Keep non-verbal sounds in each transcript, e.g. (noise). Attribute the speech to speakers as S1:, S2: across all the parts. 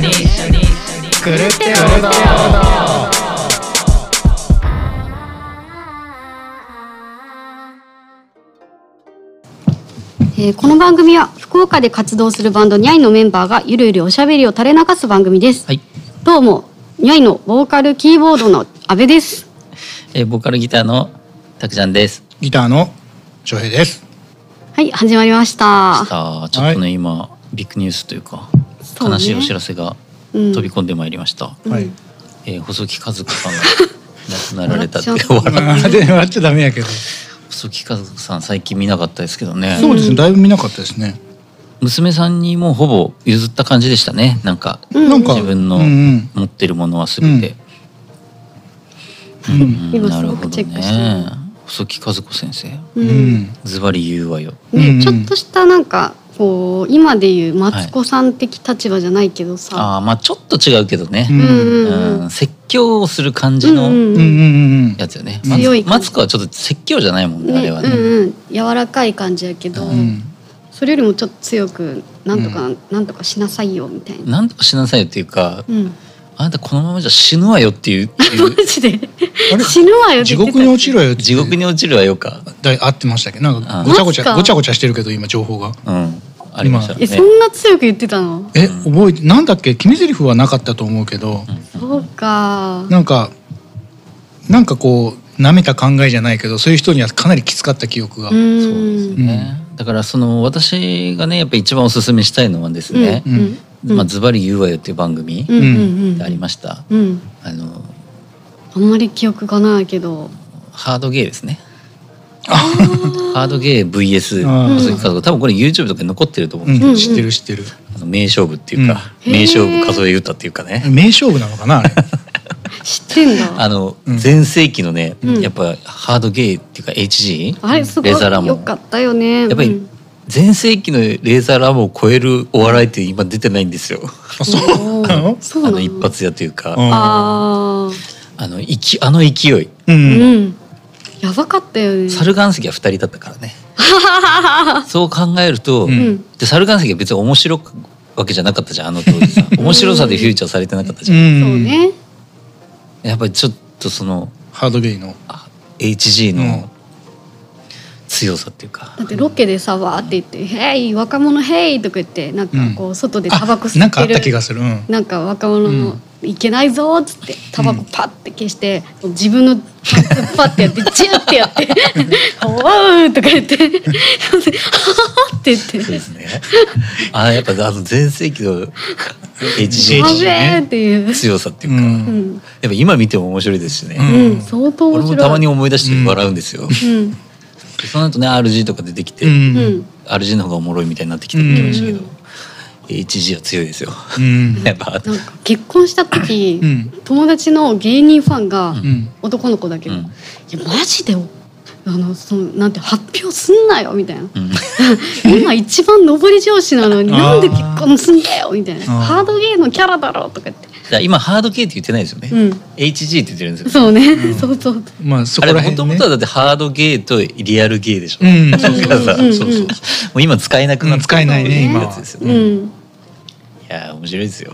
S1: 狂ってるぞ
S2: えーこの番組は福岡で活動するバンドニャイのメンバーがゆるゆるおしゃべりを垂れ流す番組です、
S3: はい。
S2: どうもニャイのボーカルキーボードの阿部です
S3: えーボーカルギターのたくちゃんです。
S1: ギターの翔平です
S2: はい始まりました
S3: さあ、ちょっとね、今ビッグニュースというか、
S2: そうね
S3: 悲しいお知らせが
S2: うん
S3: 飛び込んでまいりました。
S1: はい
S3: えー細木和子さんが亡くなられたって
S2: 笑っちゃう
S3: 笑
S1: あ (laughs) で笑っちゃダメやけど
S3: う細木和子さん最近見なかったですけどね。
S1: そうですねだいぶ見なかったですね
S3: 娘さんにもうほぼ譲った感じでしたね。なんか
S1: なんか
S3: 自分の
S1: うんうん
S3: 持ってるものはすべて。うん
S2: 今
S3: な
S2: す
S3: る
S2: ご
S3: ほ
S2: く
S3: ど
S2: チェックしてる
S3: ね。細木和子先生、
S2: う
S1: うんん
S3: ズバリ言うわよ。
S2: ね、
S1: うん
S2: ちょっとしたなんかこう今でいうマツコさん的立場じゃないけどさ、
S3: ああ、まあちょっと違うけどね。
S1: うん
S2: うんうん
S3: うん説教をする感じ
S2: う
S3: の
S1: うんんうんうん
S3: やつよね。
S2: うん強い感
S3: マ
S2: じ
S3: ツコはちょっと説教じゃないもんね、あれはね。
S2: うんうん、柔らかい感じやけど、
S1: うんうん
S2: それよりもちょっと強くなんとか、なんとかしなさいよみたいな、
S3: なんとかしなさいよっていうか、
S2: うん、
S3: あなたこのままじゃ死ぬわよって
S2: (laughs)
S3: いう、いう
S2: マジで
S1: あれ
S2: 死ぬわよって
S1: 地
S2: 言ってた
S1: 獄に落ちろよって
S3: 地獄に落ちるわよか。
S1: だい合ってましたっけどなん
S3: あ
S1: かごちゃごち
S2: マジか
S1: ゃごちゃごちゃしてるけど今情報が
S3: うん。ありました
S2: え
S3: ね。
S2: そんな強く言ってたの
S1: え覚えてなんだっけ決め台詞はなかったと思うけど
S2: そうか
S1: なんかなんかこう舐めた考えじゃないけどそういう人にはかなりきつかった記憶が
S2: う
S1: うん
S2: ん
S3: そうですね。だからその私がね、やっぱ一番おすすめしたいのはですね
S2: う、んうん
S3: まあズバリ言うわよっていう番組
S2: うんうん
S3: がありました。
S2: うんうん
S3: あの、
S2: あんまり記憶がないけど
S3: ハードゲーですね。 (laughs) ハードゲー VS
S1: あー
S3: 細木和子多分これ YouTube とかに残ってると思うんですけど
S1: うん知ってる知ってる
S3: あの名勝負っていうか、
S2: うん
S3: 名勝
S2: へ
S3: 負
S2: ー
S3: 数え歌っていうかね、
S1: 名勝負なのか
S3: (laughs)
S1: なあれ
S2: 知ってんだ
S3: あ
S2: あ
S3: の
S1: うん
S3: 全盛期のね、
S2: うん
S3: やっぱハードゲーっていうか HG
S2: れすごい
S3: レザーラモン
S2: よかったよね
S3: やっぱ
S2: う
S3: り
S2: ん
S3: 全盛期のレーザーラムを超えるお笑いって今出てないんですよ。
S1: あそうなの
S2: そう
S3: あ
S2: な
S3: の一発屋というか、
S1: うん
S2: あー
S3: あのいきあの勢い、
S1: う
S2: うんんやばかったよね
S3: 猿岩石は二人だったから
S2: (laughs)
S3: ね。そう考えると、
S1: うん
S2: うん
S3: で猿岩石は別に面白くわけじゃなかったじゃんあの当時さ面白さでフューチャーされてなかったじ
S1: う
S3: ゃん、
S1: ん
S2: そうね
S3: やっぱりちょっとその
S1: ハードゲイの
S3: あ HG
S1: うん
S3: の強さっていうか、
S2: だってロケでさわーって言って「へい若者へい」とか言ってなんかこう外でタバコ吸ってる
S1: あなんかあった気がするうん
S2: なんか若者の、いけないぞーっつってタバコパッて消して、自分のパッパッてやってジュッてやって「おー」とか言って「って言って
S3: そうですね。 (laughs) あやっぱあの全盛期の
S2: 「
S3: HG の
S2: やべえ」っていう、
S3: 強さっていううか、や
S2: うんん
S3: っぱ今見ても面白いですしね。
S1: うん
S2: うん、相当面
S3: 俺
S2: 白い
S3: もたまに思い出して笑うんですよ。
S2: うん
S3: でその後ね RG とか出てきて、
S1: う
S2: うんん
S3: RG の方がおもろいみたいになってきてきましたけど、HG は強いですよ。 (laughs)
S1: うん
S3: やっぱ、
S2: なんか結婚した時、
S1: うん
S2: 友達の芸人ファンが、
S1: うん
S2: 男の子だけど、
S3: うん
S2: いやマジでおあのそのなんて発表すんなよみたいな、
S3: うん
S2: (laughs) 今一番上り調子なのに
S1: あー
S2: なんで結婚すんだよみたいな
S1: あー
S2: ハードゲーのキャラだろうとか言って
S3: だから今ハード系って言ってないですよね。
S2: うん
S3: HG って言ってるんですよ。
S2: そうね、 (laughs) そうそうそう
S1: まあそ
S3: あれ
S1: こ
S3: も
S1: ら辺
S3: と
S1: ね
S3: もとはだってハードゲーとリアルゲーでしょ。
S1: うん
S3: だからさ、
S2: うんうんうん
S3: そうそう。もう今使えなくなっ
S1: うん
S3: て
S1: 使えないね今は
S3: やつですよ
S2: う
S3: ね。
S2: ん
S3: いやー面白いですよ。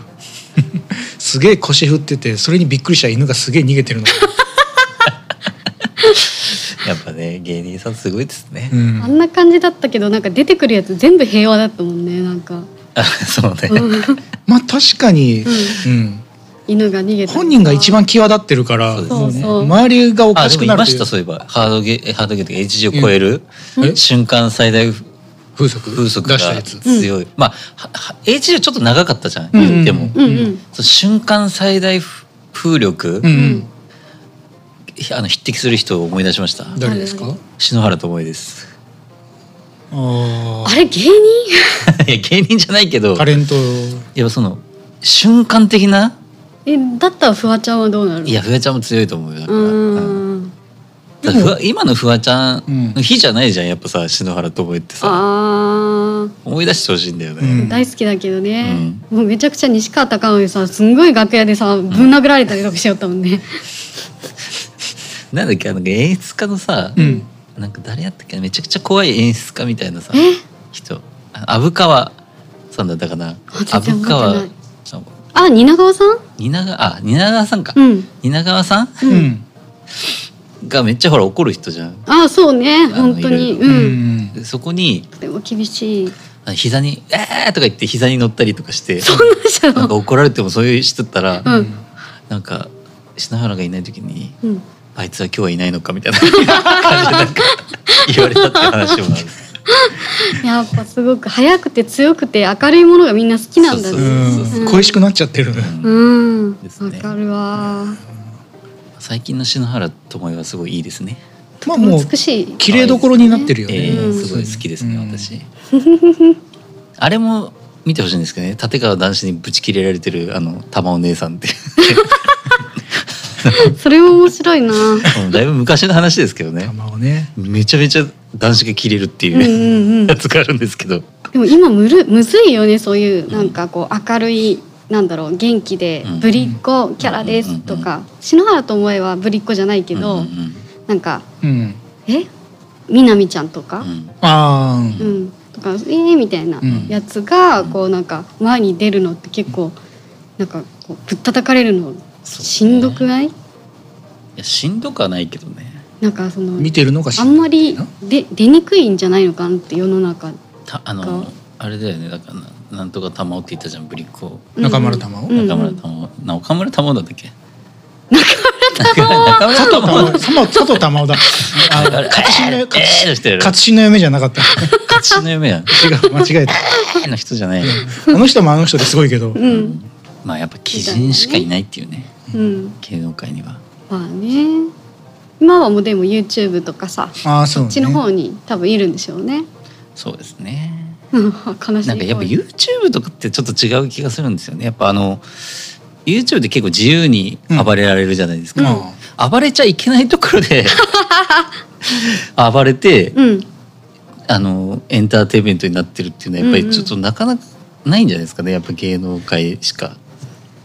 S1: すげえ腰振っててそれにびっくりした犬がすげえ逃げてるの
S3: やっぱね芸人さんすごいですね。
S1: うん
S2: あんな感じだったけどなんか出てくるやつ全部平和だったもんねなんか、
S3: あ (laughs) そうね。
S2: うん
S1: まあ確かにうん
S2: 犬が逃げたりとか
S1: 本人が一番際立ってるから
S2: そうですね
S1: もう周りがお
S3: あ
S1: か
S3: で
S1: し
S3: も
S1: く
S3: い
S1: なる
S3: ま
S1: とい
S3: した
S1: う
S3: そういえばハードゲーハードゲーというか HG を超える
S1: え
S3: 瞬間最大
S1: 風速
S3: 風速が
S1: 出したやつ
S3: 強い。まあはは HG はちょっと長かったじゃん。
S1: うん
S3: 言っても、
S2: うんうん
S3: その瞬間最大風力、
S1: う
S2: うん
S1: ん
S3: あの匹敵する人を思い出しました。
S1: 誰ですか
S3: 篠原智恵です。 (laughs)
S1: あ
S2: あ
S1: ー
S2: れ芸人
S3: いや芸人じゃないけど、
S1: タレント
S3: やっぱその瞬間的な
S2: えだったらフワちゃんはどうなる
S3: いやフワちゃんも強いと思うよ。だか
S2: う
S3: らうん
S2: ーん
S3: だからふわ今のフワちゃん
S1: う
S3: の日じゃないじゃんやっぱさ篠原智恵ってさ。
S2: あー
S3: 思い出してほしいんだよね、
S1: うん
S2: 大好きだけどね、もうめちゃくちゃ西川貴教さすんごい楽屋でさぶん殴られたりとかしちゃったもんね、
S3: なんだっけあの演出家のさ、
S1: うん
S3: なんか誰やったっけめちゃくちゃ怖い演出家みたいなさ人あ虻川さんだったかな
S2: あ全然
S3: 虻
S2: 覚えてな
S3: 川
S2: いあ蜷川さん
S3: 蜷川あ蜷川さんか、
S2: うん
S3: 蜷川さん
S1: うん、
S3: がめっちゃほら怒る人じゃん
S2: ああそうね
S3: の
S2: 本当
S3: い
S2: に
S3: ろ
S2: う
S1: うんん
S3: でそこに
S2: とても厳しい
S3: あ膝に「えー!」とか言って膝に乗ったりとかして
S2: そんなじゃ
S3: なんか
S2: ん
S3: 怒られてもそういう人だったら、
S2: うん
S3: なんか篠原がいない時に
S2: うん
S3: 「あいつは今日はいないのか」みたいな (laughs) 感じでなんか言われたって話もある。
S2: やっぱすごく早くて強くて明るいものがみんな好きなんだ
S3: そう
S2: ね
S3: そう
S1: うん恋しくなっちゃってる、
S2: うんわ
S3: ですね
S2: かるわ
S3: 最近の篠原智恵はすごいいいですね。
S1: まあ
S2: とて
S1: も
S2: も
S1: う
S2: 美しい
S1: 綺麗どころになってるよね、
S3: ええ
S2: うん
S3: すごい好きですね、
S1: うん
S3: 私。 (laughs) あれも見てほしいんですけどね立川男子にぶち切れられてるあの玉お姉さんって
S2: それも面白いな
S3: うん (laughs) だいぶ昔の話ですけどね
S1: 玉をね
S3: めちゃめちゃ男子が切れるって
S2: うんう
S3: いうん
S2: うん
S3: やつがあるんですけど、
S2: でも今むるむずいよねそういうなんかこう明るいなんだろう元気で
S3: うん
S2: ぶりっ子キャラですとか篠原と恵はぶりっ子じゃないけ
S3: うん
S2: ど
S3: うんうん
S2: なんか
S1: うん
S2: えみなみちゃんとか
S3: う、ん
S1: あ
S2: う
S1: ー
S2: んとかえー、みたいな
S1: うん
S2: やつがこうなんか前に出るのって結構なんかこうぶったたかれるの
S3: そう
S2: しんどくない
S3: いやしんどくはないけどね
S2: なんかその
S1: 見てるのがし
S2: あんまりで出にくいんじゃないのかなって世の中
S3: たあ
S2: なん
S3: の
S2: か
S3: あれだよねだからななんとか玉緒って言ったじゃんぶりっ子
S1: 中村玉緒
S2: うん
S3: 中村玉緒、な岡村玉緒だったっけ
S1: 佐藤玉緒佐藤佐藤玉緒だあ
S3: あれ
S1: 勝新の勝
S3: えーの人やろ
S1: 勝新の夢じゃなかった
S3: 勝ちの夢やん
S1: 違う間違えた
S3: えーの人じゃない
S1: あの人もあの人ですごいけど、
S2: うんうん
S3: まあやっぱ鬼人しかいないっていうね
S2: うん
S3: 芸能界には
S2: まあね今はもうでも YouTube とかさ
S1: ああそう
S2: こ
S1: ね
S2: っちの方に多分いるんでしょうね (laughs)
S3: そうですね
S2: うん悲しい
S3: なんかやっぱ
S2: 言
S3: YouTube とかってちょっと違う気がするんですよねやっぱあの YouTube で結構自由に暴れられるじゃないですか、
S1: うん
S3: 暴れちゃいけないところで (laughs) 暴れて、
S2: うん
S3: あのエンターテインメントになってるっていうのはやっぱりちょっとなかなかないんじゃないですかねやっぱ芸能界しか。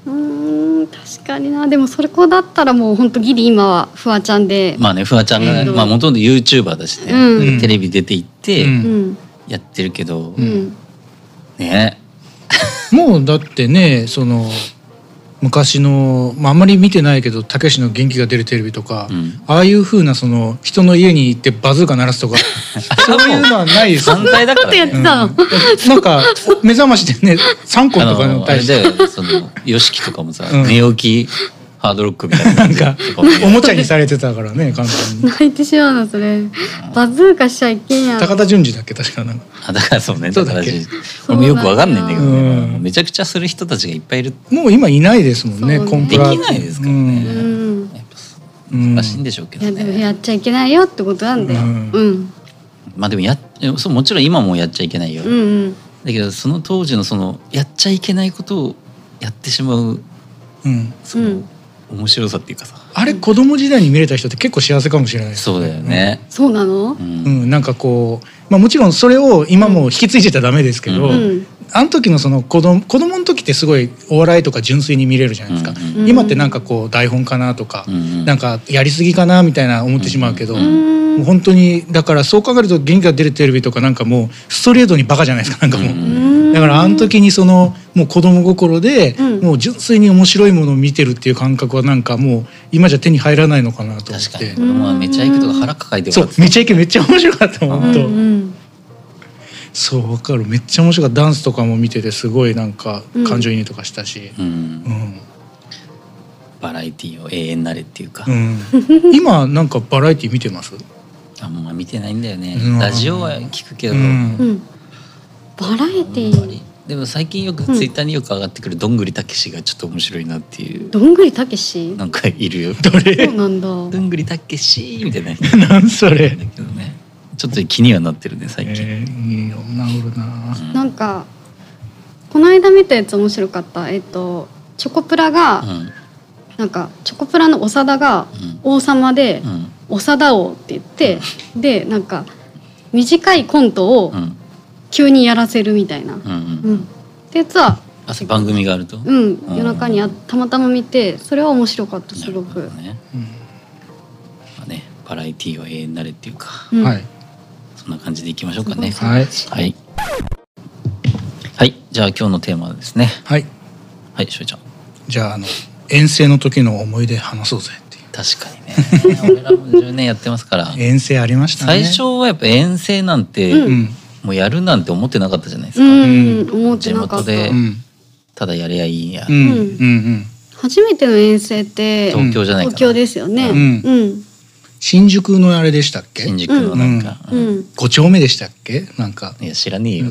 S2: うーん確かになでもそれこだったらもうほんとギリ今はフワちゃんで、
S3: まあねフワちゃんが、
S2: うん
S3: まあ、もともと YouTuber だしね、
S2: うん
S3: テレビ出て行って
S1: うん
S2: うん
S3: やってるけど、
S2: うん、
S3: ね
S1: もうだってねその昔の、まあ、あんまり見てないけどたけしの元気が出るテレビとか、
S3: うん
S1: ああいうふうなその人の家に行ってバズーカ鳴らすとかそういうのはないですよ
S3: 犯罪だから、ね、
S2: そんなことやって
S1: うん
S2: たの
S1: なんか目覚ましでね3個とか
S3: あ
S1: の
S3: のあ
S1: 対
S3: れ
S1: し
S3: だ
S1: て
S3: よその YOSHIKI とかもさ、
S1: うん
S3: 寝起きハードロックみたいな
S1: なんか
S3: とかもね
S1: おもちゃにされてたからね簡単に
S2: 泣いてしまうのそれバズーカしちゃいけんやん
S1: 高田純次だっけ確かなんか
S3: あだからそうね
S1: そ
S3: だ
S1: う
S3: か
S1: だ
S3: ら
S1: っけ
S3: じ俺もよくわかんないんだけど
S1: そうなん
S3: ね
S1: だ、ようん
S3: めちゃくちゃする人たちがいっぱいいる
S1: もう今いないですもんね
S2: そうね
S1: コンプラ
S3: できないですからね
S2: うん
S3: やっぱそう
S1: うん
S3: らしいんでしょうけ
S2: い
S3: ど
S2: やでも
S3: ね、
S2: やっちゃいけないよってことなんだよ、う
S1: うんん、
S2: うん
S3: まあでもやそうもちろん今もやっちゃいけないよ、
S2: うん
S3: だけどその当時のそのやっちゃいけないことをやってしまう
S1: うん、
S3: その、
S2: うん
S3: 面白さっていうかさ
S1: あれ子供時代に見れた人って結構幸せかもしれないです
S3: そうだよね、
S2: そうな
S3: う
S2: の
S3: ん
S1: うん、なんかこう、まあ、もちろんそれを今も引き継いじゃダメですけど、
S3: う
S2: うん
S1: あの時のその子供子供の時ってすごいお笑いとか純粋に見れるじゃないですか、
S3: うん
S2: うん
S1: 今ってなんかこう台本かなとか、
S3: うん
S1: なんかやりすぎかなみたいな思ってしまうけど、
S3: う
S2: うーん
S1: もう本当にだからそう考えると元気が出るテレビとかなんかもうストレートにバカじゃないですかなんかもう。
S3: うん
S2: うん
S1: だからあの時にそのもう子供心で
S2: うん
S1: もう純粋に面白いものを見てるっていう感覚はなんかもう今じゃ手に入らないのかなと思っ
S3: 確か
S1: て
S3: に俺もめちゃイクとか腹抱えて
S1: そ
S3: 笑
S1: う
S3: ってた
S1: めちゃイケめっちゃ面白かった
S3: うん
S1: 本当、
S2: うんうん
S1: そうわかるめっちゃ面白かったダンスとかも見ててすごいなんか感情移入とかしたし、
S3: うん
S1: うん
S3: バラエティーを永遠なれっていうか、
S1: うん今なんかバラエティ見てます
S3: あんま見てないんだよね、
S1: うん
S3: ラジオは聞くけど、
S1: う
S3: あん
S1: ん
S2: うんバラエティ
S3: まり
S2: ー
S3: でも最近よく
S2: ん
S3: ツイッターによく上がってくるどんぐりたけしがちょっと面白いなっていう
S2: どんぐりたけし
S3: なんかいるよど
S2: そ
S1: (laughs)
S3: れ
S2: うなんだ
S3: どんぐりたけしみたいな人
S1: なんそれ、
S3: だけどねちょっと気にはなってるね
S1: え
S3: 最近、
S1: ー、いい女おるな
S3: うん
S2: なんかこの間見たやつ面白かったえっとチョコプラが、
S3: うん
S2: なんかチョコプラの長田が
S3: うん
S2: 王様で
S3: うん
S2: 「長田王」って言って、でなんか短いコントを
S3: うん
S2: 急にやらせるみたいな。
S3: うんうん
S2: うん、ってやつは、
S3: あそう番組があると、
S2: う、
S3: なん
S2: 夜中にあたまたま見てそれは面白かったす
S3: る
S2: ご
S3: ほど
S2: く。
S3: ね,、
S1: うん
S3: まあ、ねバラエティーは永遠なれっていうか
S2: うん
S1: はい
S3: そんな感じでいきましょうかね
S2: すご
S1: はい
S3: はいじゃあ今日のテーマですね
S1: はい
S3: はいしょうちゃん
S1: じゃああの遠征の時の思い出話そうぜっていう
S3: 確かにね (laughs) 俺らも10年やってますから
S1: 遠征ありましたね
S3: 最初はやっぱ遠征なんて、
S2: う
S1: うん
S3: もうやるなんて思ってなかったじゃないです
S2: う
S3: か、
S2: ん、思って
S3: 地
S2: な
S3: 元
S2: かった。
S3: で
S1: うん
S3: ただやりゃいいや、
S1: うんうん
S2: 初めての遠征って
S3: 東京じゃないか
S2: 東
S3: な
S2: 京ですよね。
S1: う
S2: うんん、
S1: 新宿のあれでしたっけ
S3: 新宿のなんか、
S2: う
S3: うん
S2: ん、
S1: 5丁目でしたっけなんか
S3: いや知らねえよ、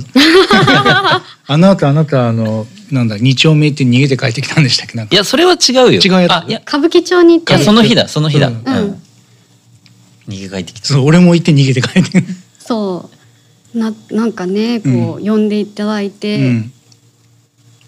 S1: あの後あなたあのなんだ2丁目行って逃げて帰ってきたんでしたっけなん
S3: い
S1: か
S3: やそれは違うよ
S1: 違うやつ
S3: あいやい
S2: 歌舞伎町に行って
S3: や、その日だその日だ、
S1: うん
S2: うん
S3: 逃げ帰ってきた
S1: そう俺も行って逃げて帰ってき
S2: そう、ななんかね、こう、呼んでいただい
S1: た、
S2: て、
S1: うん、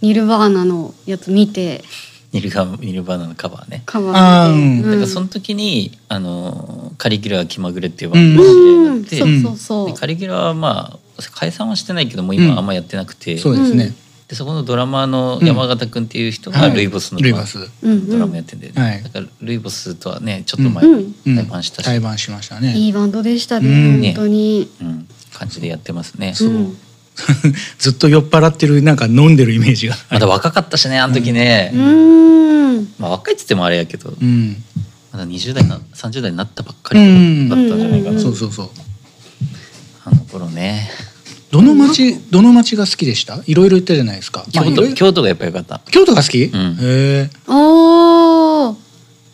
S2: ニルバーナのやつ見て
S3: ニルガニルバーナのカバーね
S2: カ
S1: あ
S2: バ
S1: ーう
S2: ー
S1: ん
S2: で、
S1: だ
S3: だからその時に、あのカリギュラー気まぐれっていう番組
S2: う
S3: の
S2: ん、
S3: 知り
S2: そ
S3: 合いになって、
S2: うそうそう、
S3: でカリギュラーはまあ解散はしてないけどもう今あんまやってなくて、
S1: そうですね、
S3: でそこのドラマーの山形くんっていう人が
S1: はい
S3: ルイボスの
S1: ルイ
S3: ドラ
S1: ボ
S3: マ
S1: ス
S2: うん
S3: ドラマ
S2: う
S3: や
S2: ん、
S3: ってて、
S1: はい
S3: だからルイボスとはねちょっと前
S2: う
S3: に
S2: ん
S3: 対バンしたし、
S1: 対バンしましたね
S2: いいバンドでしたね、
S1: うん
S2: 本当に、
S3: うん感じでやってますね。
S1: そうんずっと酔っ払ってるなんか飲んでるイメージが
S3: まだ若かったしねあの時ね、
S2: うん
S3: まあ、若いっつってもあれやけど、
S1: うん
S3: まだ20代な30代になったばっかり
S1: うん
S3: だったんじゃないかな、
S2: ん
S1: そうそうそう
S3: あの頃ね
S1: どの町どの町が好きでしたいろいろ言ったじゃないですか
S3: 京
S1: まあいろい
S3: 都
S1: ろ
S3: 京都がやっぱ良かった
S1: 京都が好き、
S3: ん
S1: へえ
S2: おー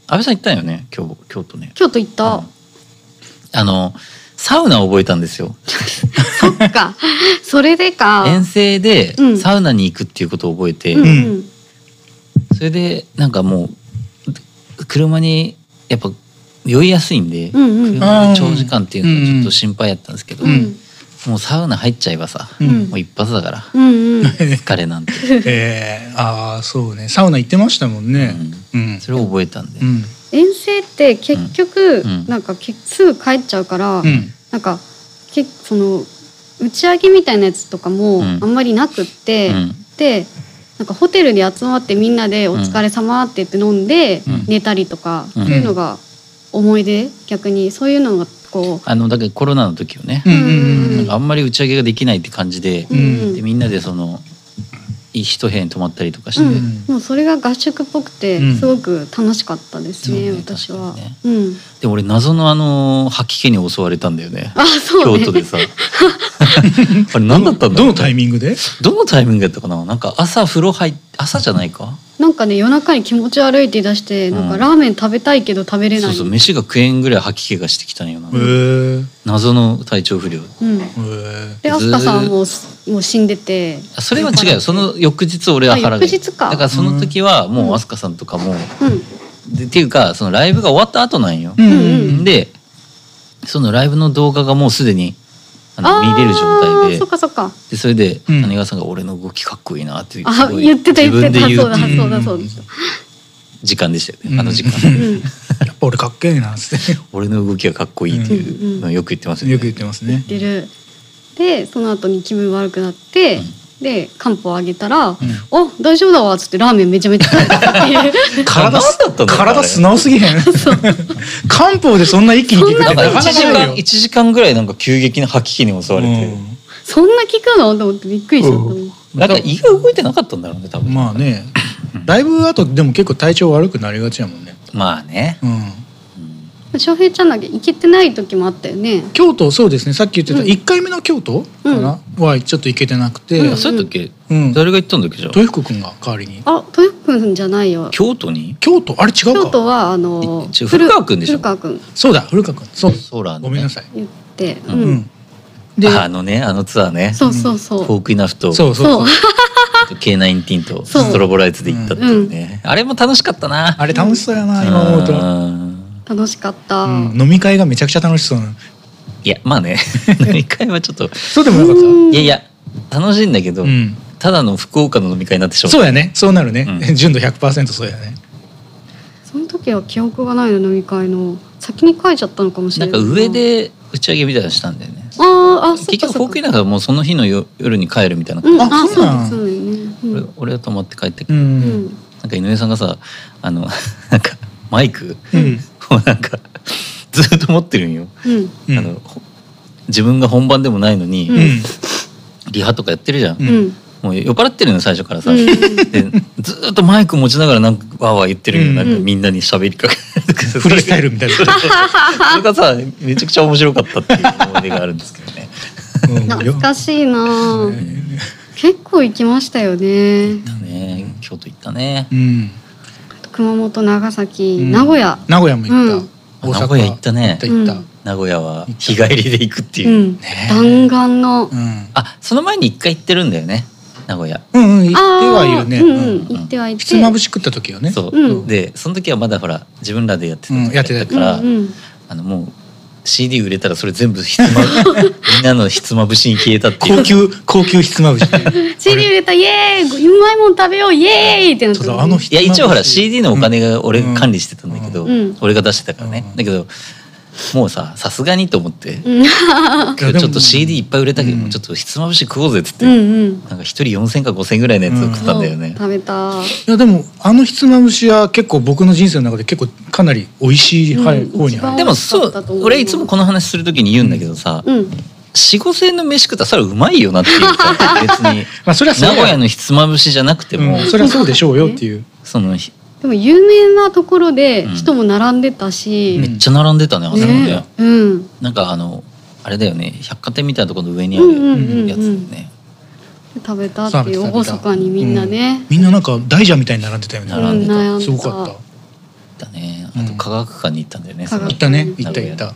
S3: 安倍さん行ったよね京京都ね
S2: 京都行った、
S3: うんあのサウナを覚えたんですよ
S2: そっか (laughs) それでか
S3: 遠征で
S2: うん
S3: サウナに行くっていうことを覚えて、
S2: うんうん
S3: それでなんかもう車にやっぱ酔いやすいんで、
S2: うんうん
S3: 車の長時間っていうのがちょっと心配やったんですけど、
S2: うん
S3: もうサウナ入っちゃえばさ、
S2: うん
S3: もう一発だから
S2: うんうん
S3: 疲れなんて、
S1: えー、ああそうねサウナ行ってましたもんねうん
S3: それを覚えたんで、
S1: うん
S2: 遠征って結局、
S3: うん
S2: なんかけすぐ帰っちゃうから、
S1: うん
S2: なんかけその打ち上げみたいなやつとかも
S3: うん
S2: あんまりなくって、
S3: うん
S2: でなんかホテルに集まってみんなで「お疲れ様って言って飲んで
S3: うん
S2: 寝たりとか、
S3: うん
S2: そういうのが思い出逆にそういうのがこ
S3: あのだけどコロナの時はね
S1: う、んうん
S2: う
S1: うんん
S3: あんまり打ち上げができないって感じで
S2: う、,、うんん
S3: でみんなでそのいい一部屋に泊まったりとかして、
S2: うん
S1: ん
S2: もうそれが合宿っぽくて、
S1: うん
S2: すごく楽しかったですね
S3: そうね
S2: 私は、
S3: 確かにね
S2: うん、
S3: で俺謎のあの吐き気に襲われたんだよね
S2: あそう
S3: 京
S2: ね
S3: 都
S2: (laughs)
S3: でさあれ何だったんだ
S1: どのタイ
S3: ミン
S1: ミングで
S3: グどのタイミングやったかななんか朝風呂入っ朝じゃないか
S2: なんかね夜中に気持ち悪いって言い出して、なん
S3: う
S2: か
S3: ん
S2: ラーメン食べたいけど食べれない
S3: そうそう飯が食えんぐらい吐き気がしてきたんよな、
S1: へえ
S3: 謎の体調不良
S2: うん、
S1: へ
S3: ず
S2: で
S3: ー
S2: アスカさんももう死んでて
S3: あそれは違うよその翌日俺は腹が
S2: あ翌日か
S3: だからその時はもう飛鳥さんとかも、
S2: うん
S3: でっていうかそのライブが終わった後なんよ
S1: えう、ん
S2: うん
S3: でそのライブの動画がもうすでにあの
S2: あー
S3: 見れる状態で
S2: そっかそっか
S3: でそれで
S1: うん
S3: 谷川さんが「俺の動きかっこいいな」ってす
S2: あ
S3: ごい
S2: 言ってた言
S3: 自
S2: って
S3: 分
S2: た
S3: で言
S2: そうう
S3: っ
S2: だ
S3: ていう
S2: そうだそうだ、
S3: 時間でしたよ
S1: う
S3: ね
S1: ん
S3: あの時間
S2: うん
S1: やっぱ俺かっけえなっつって (laughs) よ
S3: 俺の動きがかっこいいっていうのをよく言ってます
S1: く
S3: よね。
S1: 言ってますね
S2: 出るでその後に気分悪くなって、で漢方あげたら「お大丈夫だわ」っつってラーメンめちゃめちゃ食べたっていう (laughs)
S1: 体す
S3: 何だったんだろうあ
S1: 体
S3: れ
S1: 素直すぎへん (laughs) 漢方でそんな一気に効くって
S3: な
S1: なん
S3: か
S1: かな
S3: 1
S1: か
S3: 時
S1: ない
S3: 間
S1: よ
S3: 1時間ぐらいなんか急激な吐き気に襲われて、
S2: そんな効くのと思ってびっくりしちゃったもん、
S1: うん
S3: なんか胃が動いてなかったんだろうね多分
S1: まあねだいぶ後でも結構体調悪くなりがちやもんね
S3: まあね、
S1: う
S3: う
S1: ん
S3: ん
S2: 翔平ちゃんだけ行けてない時もあったよね
S1: 京都そうですねさっき言ってた
S2: うん
S1: 1回目の京都かな、はちょっと行けてなくて、
S2: うん
S3: あそうやったっけ、
S1: うん
S3: 誰が言ったんだっけじゃあ
S1: 豊福君が代わりに
S2: あ豊福君じゃないよ
S3: 京都に
S1: 京都あれ違うか
S2: 京都はあの
S3: い違う古川君でしょ
S2: 古川君
S1: そうだ古川君そう
S3: ソーラーの、ね、
S1: ごめんなさい、
S2: 言って、う
S1: うんん、で
S3: ああのねあのツアーね
S2: そうそうそう、
S3: フォークイナフと
S1: そうそうそう
S2: そう
S3: K19 と
S2: そう
S3: ストロボライツで行ったっていうね、あれも楽しかったな
S1: あれ楽しそうやな今思うと、
S3: うん
S2: (laughs) 楽しかった、
S1: うん、飲み会がめちゃくちゃ楽しそうない
S3: やまあね (laughs) 飲み会はちょっと
S1: そうでもなかった
S2: うん
S3: いやいや楽しいんだけど、
S1: うん
S3: ただの福岡の飲み会になってしま
S1: そう
S3: う
S1: やねそうなるね、
S3: う
S1: (laughs) 純度100%そうやね
S2: その時は記憶がないの飲み会の先に帰っちゃったのかもし
S3: な
S2: れ
S3: ん
S2: な
S3: か
S2: い
S3: 上で打ち上げみたいなのしたんだよね
S2: あーあ
S3: 結
S2: そっか
S3: 局フ
S2: そ
S3: ォ
S2: っ
S3: ークイ
S2: か
S3: ナフはもうその日の夜夜に帰るみたいな、
S2: うん、
S1: あ
S2: あ
S1: そ
S2: そうう
S1: なん
S2: ですそうだよね、うん
S3: 俺俺は泊まって帰ってく
S1: う
S3: る、
S2: うんん
S3: なんか井上さんがさあの (laughs) なんかマイク
S1: うんうん、
S3: をなんかずっと持ってるんよ、
S2: うん
S1: うん
S3: あのほ自分が本番でもないのに、
S2: うん
S3: リハとかやってるじゃん、
S1: うん
S2: うん
S3: もう酔っ払ってるの最初からさ、
S2: うん
S3: でずーっとマイク持ちながらなんかわーわー言ってるよ、
S1: うん
S3: なんかみんなに喋り
S1: (laughs)
S3: かけ
S1: フリースタイルみた
S3: (laughs)
S1: いな
S3: それがさめちゃくちゃ面白かったっていう思い出があるんですけどね
S1: うん
S2: 懐かしい
S1: (laughs)
S2: なあ、
S1: ね
S2: 結構行きましたよね
S3: だね京都行ったね
S1: う、ん
S2: 熊本長崎、
S1: うん
S2: 名古屋
S1: 名古屋も行っ
S3: う
S1: た、
S3: ん
S1: 大阪
S3: 名古屋行ったね
S1: 行った行った
S2: うん
S3: 名古屋は日帰りで行くっていうう、
S2: ん、弾丸の、
S1: うん
S3: あその前に一回行ってるんだよね名古屋、
S1: うんうん行って
S2: ああ
S1: はいるね
S2: うんうん
S1: うん
S2: 行ってはいて
S1: ひつまぶし食った時よね
S3: そう、
S2: うん
S3: でその時はまだほら自分らでやってた
S1: うんやってた
S3: だ
S1: やって
S3: か
S1: た
S3: ら、
S2: うんうん
S3: あのもう CD 売れたらそれ全部ひつま
S2: (laughs)
S3: みんなのひつまぶしに消えたっていう
S1: 高級高級ひつまぶし
S2: CD 入れたイエーイうまいもん食べようイエーイってなって
S1: そう
S2: た
S1: だあのひつ
S3: いや
S1: まぶし
S3: 一応ほら CD のお金が俺
S1: うん
S3: が管理してたんだけど、
S2: うん
S3: 俺が出してたからね、
S1: うん
S3: だけどもうささすがにと思って、
S2: うん
S1: いや
S3: 今
S1: でも
S3: 日ちょっと CD いっぱい売れたけど、
S1: うん
S3: もうちょっとひつまぶし食おうぜっつって、
S2: うんうん
S3: なんか一人4,000か5,000ぐらいのやつを食ったんだよね、
S2: 食べた
S1: いやでもあのひつまぶしは結構僕の人生の中で結構かなり美味しいは
S2: う
S1: い
S2: ん
S1: 方に
S2: 一番
S1: 入
S3: で
S1: る
S3: もそう
S2: そうだと思う
S3: 俺いつもこの話する時に言うんだけどさ、
S2: うん
S3: 4,5,000円の飯食ったらそれはうまいよなっていうさ別に
S1: まあそれはそう
S3: 名
S1: だよ
S3: 古屋のひつまぶしじゃなくても、
S1: うんそれはそうでしょうよっていう
S3: そのひ
S2: でも有名なところで
S3: うん
S2: 人も並んでたし、
S1: うん
S3: めっちゃ並んでたねあそこね
S2: ねうん
S3: なんかあのあれだよね百貨店みたいなところの上にあるやつだよね、
S2: 食べたっていう厳かにみんなね、
S1: みんななんか大蛇みたいに並んでたよ
S2: う、
S3: うんん並んで
S1: ね
S3: た
S2: 悩んだ
S1: すごかった
S3: だね
S1: うん
S3: あと科学館に行ったんだよね、
S2: 科
S3: その
S2: 学
S1: 行ったね
S2: うん
S1: 行った行った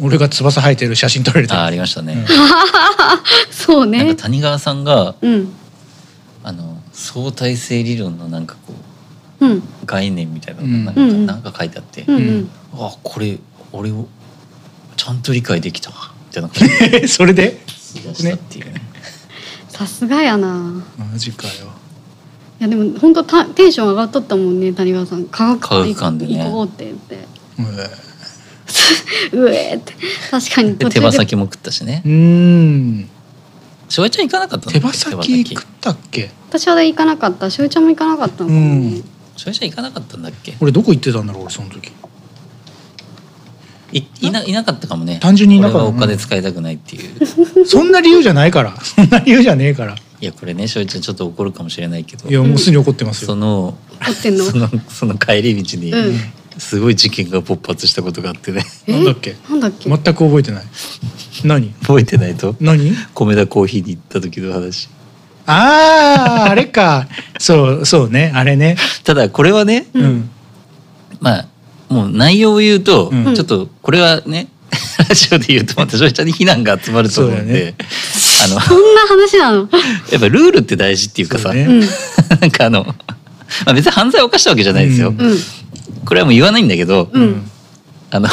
S1: 俺が翼生えてる写真撮られ
S3: あ
S1: た
S3: ありましたね、
S2: (laughs) そう
S3: な
S2: ね
S3: んか谷川さんが
S2: うん
S3: あの相対性理論のなんかこう
S2: うん
S3: 概念みたいなのがなんか,、
S2: うんうん
S3: なんか書いてあって、
S2: うんう
S1: うんん
S3: あこれ俺をちゃんと理解できたわみたいな感じで
S1: (laughs) それで
S3: 言い出したっていうね
S2: さすがやな
S1: マジかよ
S2: いやでも本当たテンション上がっとったもんね谷川さん科学館行
S3: 科学館でね
S2: 行こうって言って
S1: うん
S2: うえーって確かに
S3: で
S2: 途
S3: 手
S2: 中
S3: 羽
S2: で
S3: 先も食ったしね
S1: うーん
S3: しおりちゃん行かなかったの
S1: 手羽先食ったっけ
S2: 私は行かなかったしおりちゃんも行かなかったのかな、
S1: うん
S3: しおりちゃん行かなかったんだっけ
S1: 俺どこ行ってたんだろう俺その時
S3: いいないなかったかもね
S1: 単純にいなかった
S3: 俺はお金使いたくないっていう
S1: そんな理由じゃないからそんな理由じゃねえから
S3: いやこれねしおりちゃんちょっと怒るかもしれないけど
S1: いやもうすでに怒ってます
S3: そ
S1: よ
S3: の
S2: 怒ってんの
S3: そのその帰り道に
S2: うん
S3: すごい事件が勃発したことがあってね (laughs)
S2: え
S1: なんだっけ
S2: なんだっけ、
S1: 全く覚えてない何
S3: 覚えてないと
S1: 何
S3: 米田コーヒーに行った時の話
S1: あああれか (laughs) そうそうねあれね
S3: ただこれはね
S1: うん、
S3: まあもう内容を言うと、
S1: うん
S3: ちょっとこれはね (laughs) ラジオで言うとまたしおりちゃんに非難が集まると思うんで、あの
S2: そんな話なの
S3: やっぱルールって大事っていうか
S1: そ
S3: さ
S1: うね
S2: うん
S3: (laughs) なんかあの、まあ、別に犯罪を犯したわけじゃないですよ、
S1: うん
S2: うん
S3: これはもう言わないんだけど、
S2: うん
S3: あの (laughs)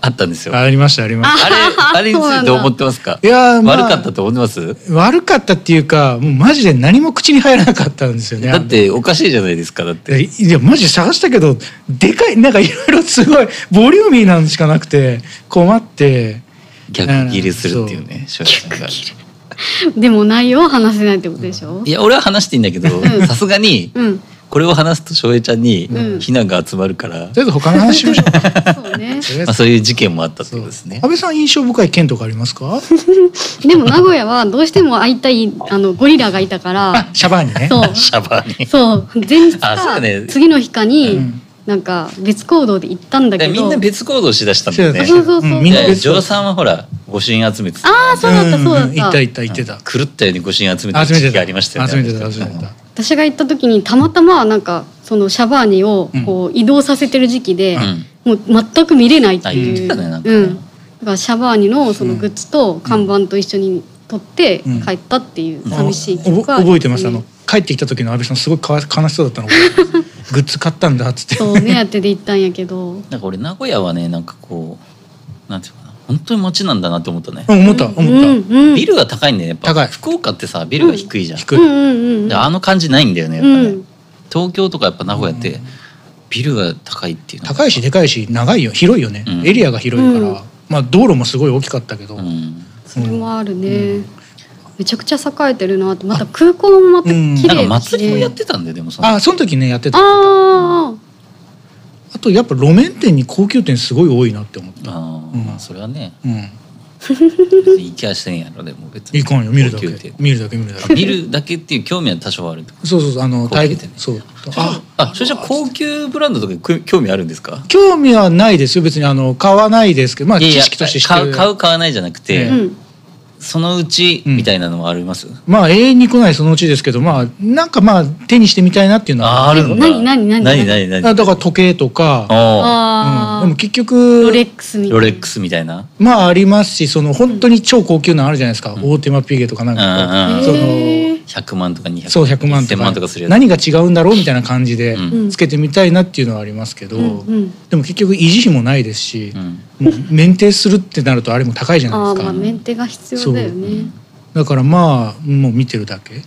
S3: あったんですよあ
S1: ありましたありまし
S3: れあれについてどう思ってますか
S1: たいやー、まあ、
S3: 悪かったと思ってます
S1: 悪かったっていうかもうマジで何も口に入らなかったんですよね
S3: だっておかしいじゃないですかだって
S1: いやいやマジ探したけどでかいなんかいろいろすごいボリューミーなのしかなくて困って
S3: 逆ギレするっていうね翔平さんが
S2: でも内容は話せないってことでしょ
S3: いや俺は話していいんだけど
S2: ん
S3: さすがに
S2: うん
S3: これを話すと翔平ちゃんに
S2: うん
S3: 非難が集まるから、
S1: とりあえず他の話しましょうかと
S2: そうね
S1: りあえ
S3: まあ、
S1: ず
S3: そういう事件もあったってことですね
S1: 安倍さん印象深い件とかありますか
S2: でも名古屋はどうしても会いたいあのゴリラがいたから
S1: (laughs) あシャバーニね
S2: そう
S3: シャバーに
S2: そう前日
S3: あそう
S2: か
S3: だね
S2: 次の日か
S1: う
S2: に
S1: ん
S2: なんか別行動で行ったんだけ
S3: で
S2: ど
S3: みんな別行動しだしたんだよね
S2: そうそうそう
S1: みんな
S3: で
S1: 別
S3: ジョーさんはほら御朱印集めてた
S2: ああそうだったそうだ
S1: ん
S2: っ
S1: ん行ったた行った行ってた
S3: 狂ったように御朱印集めてた
S1: 集め
S3: 時
S1: て
S3: 期が
S1: た
S3: ありましたよね
S1: 集めてた集めてた
S2: 私が行った時にたまたまなんかそのシャバーニをこう移動させてる時期で、もう全く見れないって
S3: あ言
S2: い
S3: っ
S2: う。
S3: てたねなんか
S2: う
S3: ね
S2: ん。だからシャバーニのそのグッズと看板と一緒に取って
S1: うん
S2: 帰ったっていう
S3: うん
S2: 寂しい
S1: おぼ
S2: 曲がありすね
S1: 覚えてますあの帰ってきた時の安倍さんすごいかわ悲しそうだったの覚えてますグッズ買ったんだっつって
S2: そう目当てで行ったんやけど。
S3: なんか俺名古屋はねなんかこうなんていうのかな本当に街なんだなって思ったね、
S1: うん思った思
S2: う
S1: っ
S2: ん
S1: た、
S2: うん。
S3: ビルが高いんだよやっぱ
S1: 高い
S3: 福岡ってさビルが低いじゃん、
S1: 低
S2: うん
S1: い
S2: うんうん。
S3: であの感じないんだよねやっぱ
S2: う
S3: ね、
S2: ん。
S3: 東京とかやっぱ名古屋ってビルが高いっていうのが
S1: 高いしでかいし長いよ広いよね、
S3: うん
S1: エリアが広いから、
S2: うん
S1: まあ道路もすごい大きかったけど、
S3: うん
S2: それもあるね。めちゃくちゃ栄えてるなってまた空港もまた綺
S3: なんか
S2: 麗だし
S3: 祭りも
S2: ね。
S3: やってたんだよでもその
S1: あその時ねやってたあ
S2: ああ。
S1: とやっぱ路面店に高級店すごい多いなって思った
S3: あー、
S1: うん
S3: まあそれはね
S1: うん
S3: 行きゃせんやろでも別に
S1: いかんよ見るだけ
S3: 高級店
S1: 見るだけ見るだ
S3: あ
S1: け
S3: 見るだけっていう興味は多少はあるってこ
S1: そうそうそうあの
S3: 高級
S1: 大
S3: 店ね
S1: そう
S3: と
S1: あ
S3: ああそれじゃあ高級ブランドとかに興興味あるんですか
S1: 興味はないですよ別にあの買わないですけどまあ
S3: いやい
S1: 知
S3: や
S1: 識として知って
S3: 買
S1: る
S3: う買う買わないじゃなくて、
S1: え
S2: う
S1: え
S2: ん
S3: そのうち
S1: うん
S3: みたいなのはあります、
S1: まあ永遠に来ないそのうちですけどまあなんかまあ手にしてみたいなっていうのは
S3: ああるんだ
S2: 何何何
S3: 何何何
S1: あだから時計と
S3: あ
S1: か、うん、
S2: あ
S1: でも
S2: あ
S1: 結
S2: ロレッ
S1: 局
S2: クスみたい
S3: ロ
S2: な
S3: レックスみたいな
S1: まあありますしその本当に超高級なのあるじゃないですか、大手間ピゲとかなんか
S3: うんうん
S1: その
S2: へー
S3: 100万とか200
S1: そう100万と
S3: 1000
S1: か
S3: 万とかするやつ
S1: 何が違うんだろうみたいな感じで
S3: うん
S1: つけてみたいなっていうのはありますけど、
S2: うんうん
S1: でも結局維持費もないですし
S3: う、ん
S1: もう免停するってなるとあれも高いじゃな
S2: あ
S1: い
S2: あ
S1: で
S2: ま
S1: すか
S2: あメンテが必要だよね
S1: だからまあもう見てるだけ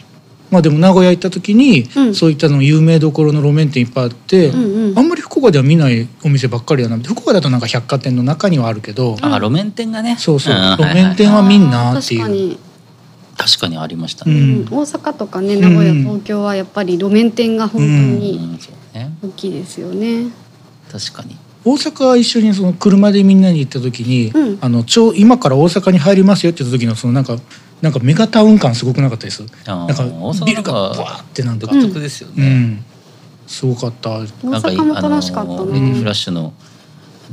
S1: まあでも名古屋行った時に、
S2: うん
S1: そういったの有名どころの路面店いっぱいあって、
S2: うんうん
S1: あんまり福岡では見ないお店ばっかりだな福岡だとなんか百貨店の中にはあるけど、
S3: あ路面店がね
S1: そうそうん
S3: はい
S1: 路
S3: はい
S1: 面店は見んなっ
S2: 確
S1: ていう
S2: かに
S3: 確かにありました
S1: う
S3: ね、
S2: うん
S1: ん
S2: 大阪とかね名古屋
S1: うん
S2: 東京はやっぱり路面店が本当
S3: うん
S2: に
S3: そうね
S2: 大きいですよね。
S3: 確かに
S1: 大阪は一緒にその車でみんなに行った時に、
S2: うん
S1: あのちょう今から大阪に入りますよって言った時のそのなんかなんかメガタウン感すごくなかったです
S3: な
S1: なんかビルがバーってなんか、
S3: 独特ですよ
S1: うん
S3: ね、
S1: すごかったハ
S2: 大
S3: なんか
S2: 阪も楽しかったな。
S3: あ
S2: う
S3: の
S1: ん
S3: フラッシュの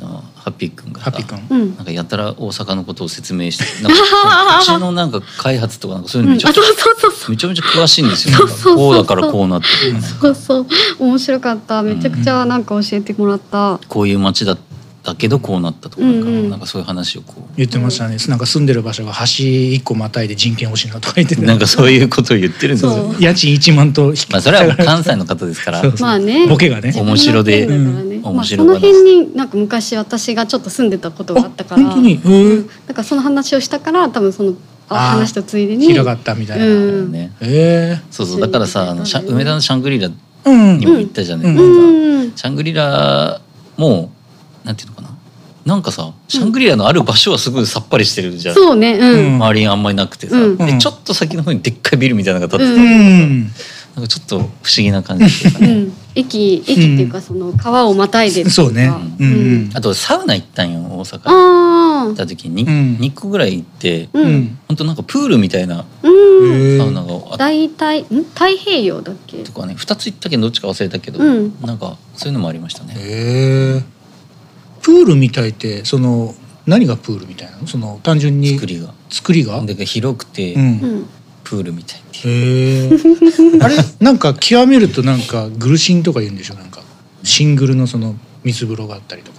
S3: あのハッピー君がさ
S1: ッピー君
S2: ん
S3: なんかやたら大阪のことを説明してなん
S2: (laughs)
S3: かうちのなんか開発とかなんかそういう
S2: う
S3: の
S2: ん、あ
S3: めちゃ
S2: そう
S3: くちゃ
S2: そうそうそう
S3: めちゃめちゃ詳しいんですよ。なんか
S2: そうそうそう
S3: こうだからこうなってる
S2: そうそう面白かっためちゃくちゃなんか教えてもらった、
S3: こういう街だったけどこうなったとかなんか,、
S2: うんうん
S3: なんかそういう話をこ
S1: 言ってましたね、なんか住んでる場所が橋一個またいで人件欲しいなとか言ってて
S3: うなんかそういうことを言ってるんですよ
S2: そ。う
S1: 家賃1万と引き
S3: まあそれはもう関西の方ですから。
S1: そうそう
S2: まあね
S1: ボケがね
S2: 自分の意見だからね
S3: うん
S2: ま
S3: 面白
S2: あ、そ
S3: い
S2: の
S3: 話
S2: 辺になんか昔私がちょっと住んでたことがあったから
S1: 本当にへー
S2: なんかその話をしたから多分そのあ
S1: あー
S2: 話とついでに
S1: 広がったみたいな、
S2: うん
S3: ね、
S1: え
S3: そうそうだからさあのシャ梅田のシャングリラに
S1: ーうん
S3: も行ったじゃない、
S1: う
S2: う
S1: ん
S3: なんか
S2: ん
S3: シャングリラもなんていうのかななんかさシャングリラのある場所はすごいさっぱりしてるじゃん。
S2: そうねうん、
S1: ん
S3: 周りにあんまりなくてさ、
S2: うん
S3: でちょっと先の方にでっかいビルみたいなのが建ってて、
S1: う
S2: うん
S3: なんかちょっと不思議な感じっていう
S2: (laughs)
S3: か
S2: う
S3: ね、
S2: ん、駅駅っていうかその川をまたいでっていか
S1: そうね
S2: う
S1: うんん、
S3: あとサウナ行ったんよ大阪行
S2: あ
S3: っ
S2: あ
S3: た時に、
S1: うん
S3: 2個ぐらい行って、
S2: う
S1: うんん
S3: ほんとなんかプールみたいな
S2: うん、
S1: へ
S3: サ
S1: ー
S3: ウナがあっ
S2: 大体ん太平洋だっけ
S3: てとかね2つ行ったけどどっちか忘れたけど、
S2: うん
S3: なんかそういうのもありましたね。
S1: へープールみたいってその何がプールみたいなのその単純に
S3: 作りが
S1: 作りが
S3: で広くて、
S1: うん
S2: うん
S3: プールみたいっていう
S1: へ
S3: (laughs)
S1: えあれなんか極めるとなんかグルシンとか言うんでしょなんかシングルのその水風呂があったりとか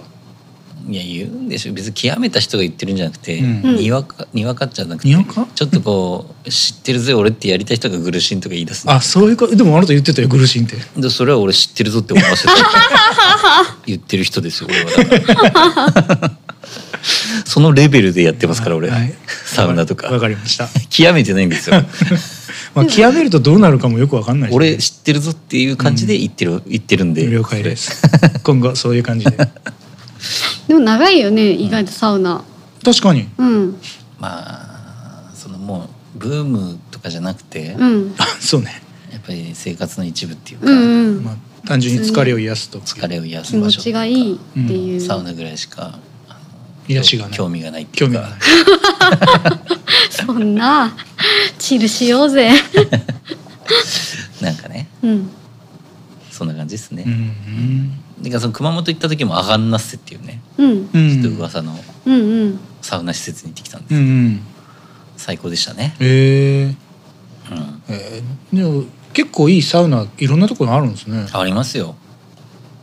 S3: いや言うんでしょ別に極めた人が言ってるんじゃなくて、
S1: うん
S3: にわかにわかっちゃなくて
S1: にわか
S3: ちょっとこう知ってるぜ俺ってやりたい人が苦しいとか言い出すの
S1: あそういうことでもあなた言ってたよグルシンって
S3: でそれは俺知ってるぞって思わせて言ってる人ですよ俺はだからそのレベルでやってますから俺、
S1: はい
S3: サウナと
S1: わ
S3: か
S1: かりました、
S3: 極めてないんですよ
S1: まあ、極めるとどうなるかもよくわかんないし
S3: 俺知ってるぞっていう感じで言ってる、言ってるんで
S1: 了解
S3: (laughs)
S1: です今後そういう感じで
S2: でも長いよね意外とサウナ
S1: 確かに
S2: うん
S3: まあそのもうブームとかじゃなくて、
S2: う
S3: や
S2: ん
S1: あそうね
S3: っぱり生活の一部っていうか、
S2: うんうん
S1: まあ単純に疲れを癒すと
S3: 疲れを癒す
S2: 気
S3: 場
S2: 持
S3: 所と
S2: ち
S3: か
S2: がいいっていう、
S3: サウナぐらいしかあの
S1: 癒しがない
S3: 興味がないってい
S1: 興
S3: う
S1: 味
S3: か
S1: がない
S2: そんなチルしようぜ
S3: なんかね
S2: うん
S3: そんな感じですね、
S1: うん
S3: でその熊本行った時もアガンナッセっていうね
S2: うん
S1: うん
S3: ちょっと噂の
S2: うんうん
S3: サウナ施設に行ってきたんです、
S1: うんうん
S3: 最高でしたね、
S1: へえ
S3: うん、
S1: えーでも結構いいサウナいろんなところにあるんですね
S3: ありますよ